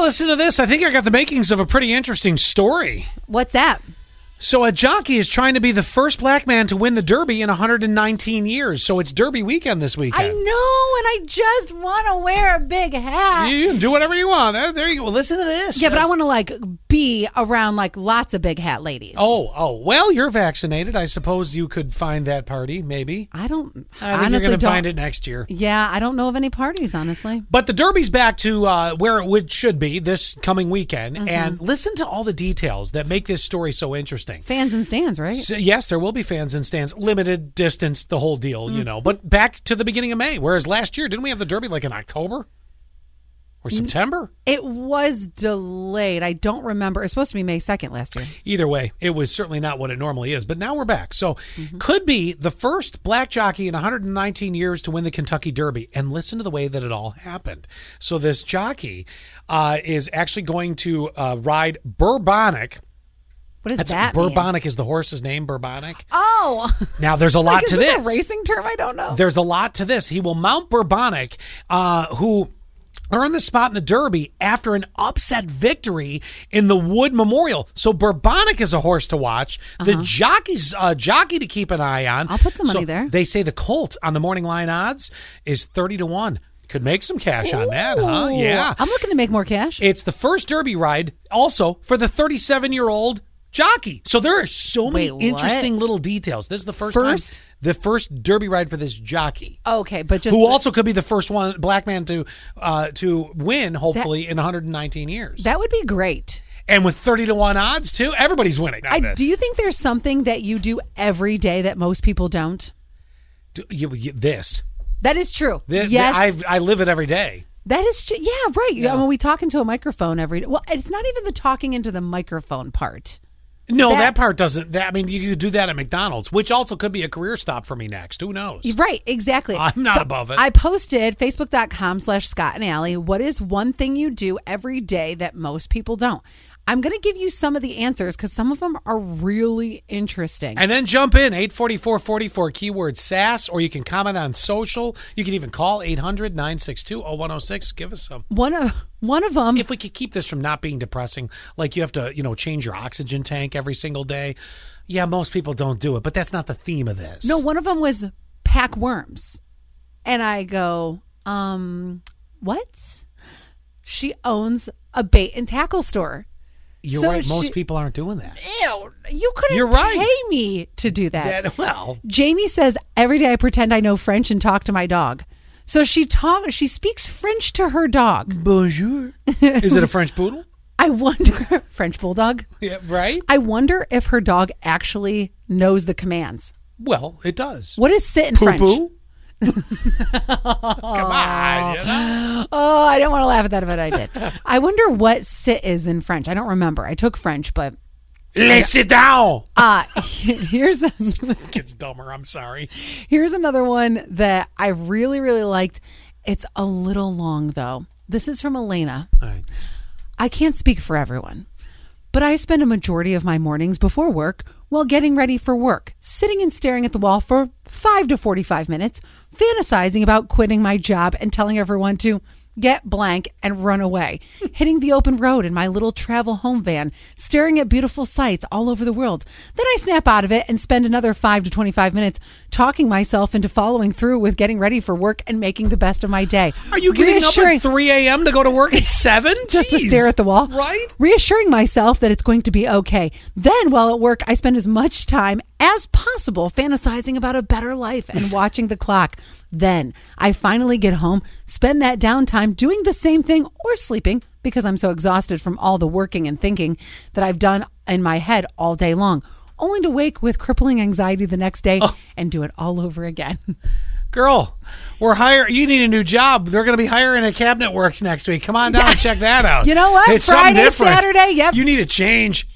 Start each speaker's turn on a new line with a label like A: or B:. A: listen to this. I think I got the makings of a pretty interesting story.
B: What's that?
A: So, a jockey is trying to be the first black man to win the Derby in 119 years. So, it's Derby weekend this
B: I know,
A: weekend.
B: and I just want to wear a big hat.
A: You can do whatever you want. Eh, There you go. Listen to this.
B: yeah, but
A: That's-
B: I want to like be around like lots of big hat ladies.
A: Oh, oh. Well, you're vaccinated. I suppose you could find that party, maybe.
B: I don't
A: I think
B: honestly
A: you're going to
B: don't.
A: find it next year.
B: Yeah, I don't know of any parties, honestly.
A: But the Derby's back to uh, where it would should be this coming weekend,
B: Mm-hmm.
A: and listen to all the details that make this story so interesting.
B: Fans and stands, right?
A: So, yes, there will be fans in stands, limited distance, the whole deal, you know. But back to the beginning of May, whereas last year didn't we have the Derby like in October or
B: Mm-hmm.
A: September?
B: It was delayed. I don't remember. It was supposed to be May second last year.
A: Either way, it was certainly not what it normally is. But now we're back, so
B: Mm-hmm.
A: could be the first black jockey in 119 years to win the Kentucky Derby. And listen to the way that it all happened. So this jockey uh, is actually going to uh, ride Bourbonic.
B: What does
A: That's
B: that mean?
A: Bourbonic is the horse's name. Bourbonic.
B: Oh,
A: Now there's a lot
B: like, is
A: to
B: this,
A: this.
B: a racing term? I don't know.
A: There's a lot to this. He will mount Bourbonic, uh, who earned the spot in the Derby after an upset victory in the Wood Memorial. So Bourbonic is a horse to watch. The jockey's uh, jockey to keep an eye on.
B: Uh-huh. I'll put some money
A: So
B: there.
A: They say the Colt on the morning line odds is thirty to one. Could make some cash on that, huh?
B: Ooh.
A: Yeah.
B: I'm looking to make more cash.
A: It's the first Derby ride, also for the 37 year old jockey. So there are so many
B: Wait, what?
A: interesting little details. This is the first, time-
B: First?
A: the first Derby ride for this jockey,
B: okay, but just
A: who
B: the-
A: also could be the first one black man to uh, to win, hopefully in 119 years,
B: that would be great.
A: and with 30 to one odds too. Everybody's winning.
B: I, do you think there's something that you do every day that most people don't?
A: Do you- you- this.
B: That is true.
A: Thi- thi-
B: yes,
A: I, I live it every day.
B: that is true. Yeah, right. Yeah. When we talk into a microphone every day, well, it's not even the talking into the microphone part.
A: No, that,
B: That-
A: part doesn't. That, I mean, you, you do that at McDonald's, which also could be a career stop for me next. Who knows?
B: Right, exactly.
A: I'm not above it.
B: I posted facebook.com slash Scott and Allie. What is one thing you do every day that most people don't? I'm going to give you some of the answers because some of them are really interesting.
A: And then jump in 844-44 keyword sass or you can comment on social. You can even call 800-962-0106. Give us some.
B: one of one of them,
A: If we could keep this from not being depressing, like you have to, you know, change your oxygen tank every single day. Yeah, most people don't do it, but that's not the theme of this.
B: no, one of them was pack worms, and I go, um, what? She owns a bait and tackle store.
A: you're
B: so
A: right. Most
B: she-
A: people aren't doing that.
B: Ew, you couldn't
A: You're right.
B: pay me to do that.
A: That- well,
B: Jamie says every day I pretend I know French and talk to my dog. So she talk she speaks French to her dog.
A: bonjour. Is it a French poodle?
B: I wonder French bulldog.
A: Yeah, right?
B: I wonder if her dog actually knows the commands.
A: Well, it does.
B: What is sit in
A: Poo
B: French?
A: poo. Come on, you know?
B: Oh, I don't want to laugh at that, but I did. I wonder what sit is in French. I don't remember. I took French, but
A: Let's sit down.
B: uh here's a,
A: This kid's dumber. I'm sorry.
B: Here's another one that I really, really liked. It's a little long, though. This is from Elena.
A: All right.
B: I can't speak for everyone, but I spend a majority of my mornings before work while getting ready for work, sitting and staring at the wall for 5 to 45 minutes, fantasizing about quitting my job and telling everyone to get blank and run away, hitting the open road in my little travel home van, staring at beautiful sights all over the world. Then I snap out of it and spend another 5 to 25 minutes talking myself into following through with getting ready for work and making the best of my day.
A: Are you getting
B: Reassuring-
A: up at 3 a.m. to go to work at 7?
B: just to stare at the wall.
A: Right?
B: Reassuring myself that it's going to be okay. Then, while at work, I spend as much time as possible fantasizing about a better life and watching the clock. Then I finally get home, spend that downtime doing the same thing or sleeping because I'm so exhausted from all the working and thinking that I've done in my head all day long, only to wake with crippling anxiety the next day and do it all over again.
A: Girl, we're hiring. You need a new job. They're going to be hiring at Cabinet Works next week. Come on down and check that out.
B: You know what?
A: It's something
B: Friday,
A: different.
B: Saturday, yep.
A: You need a change.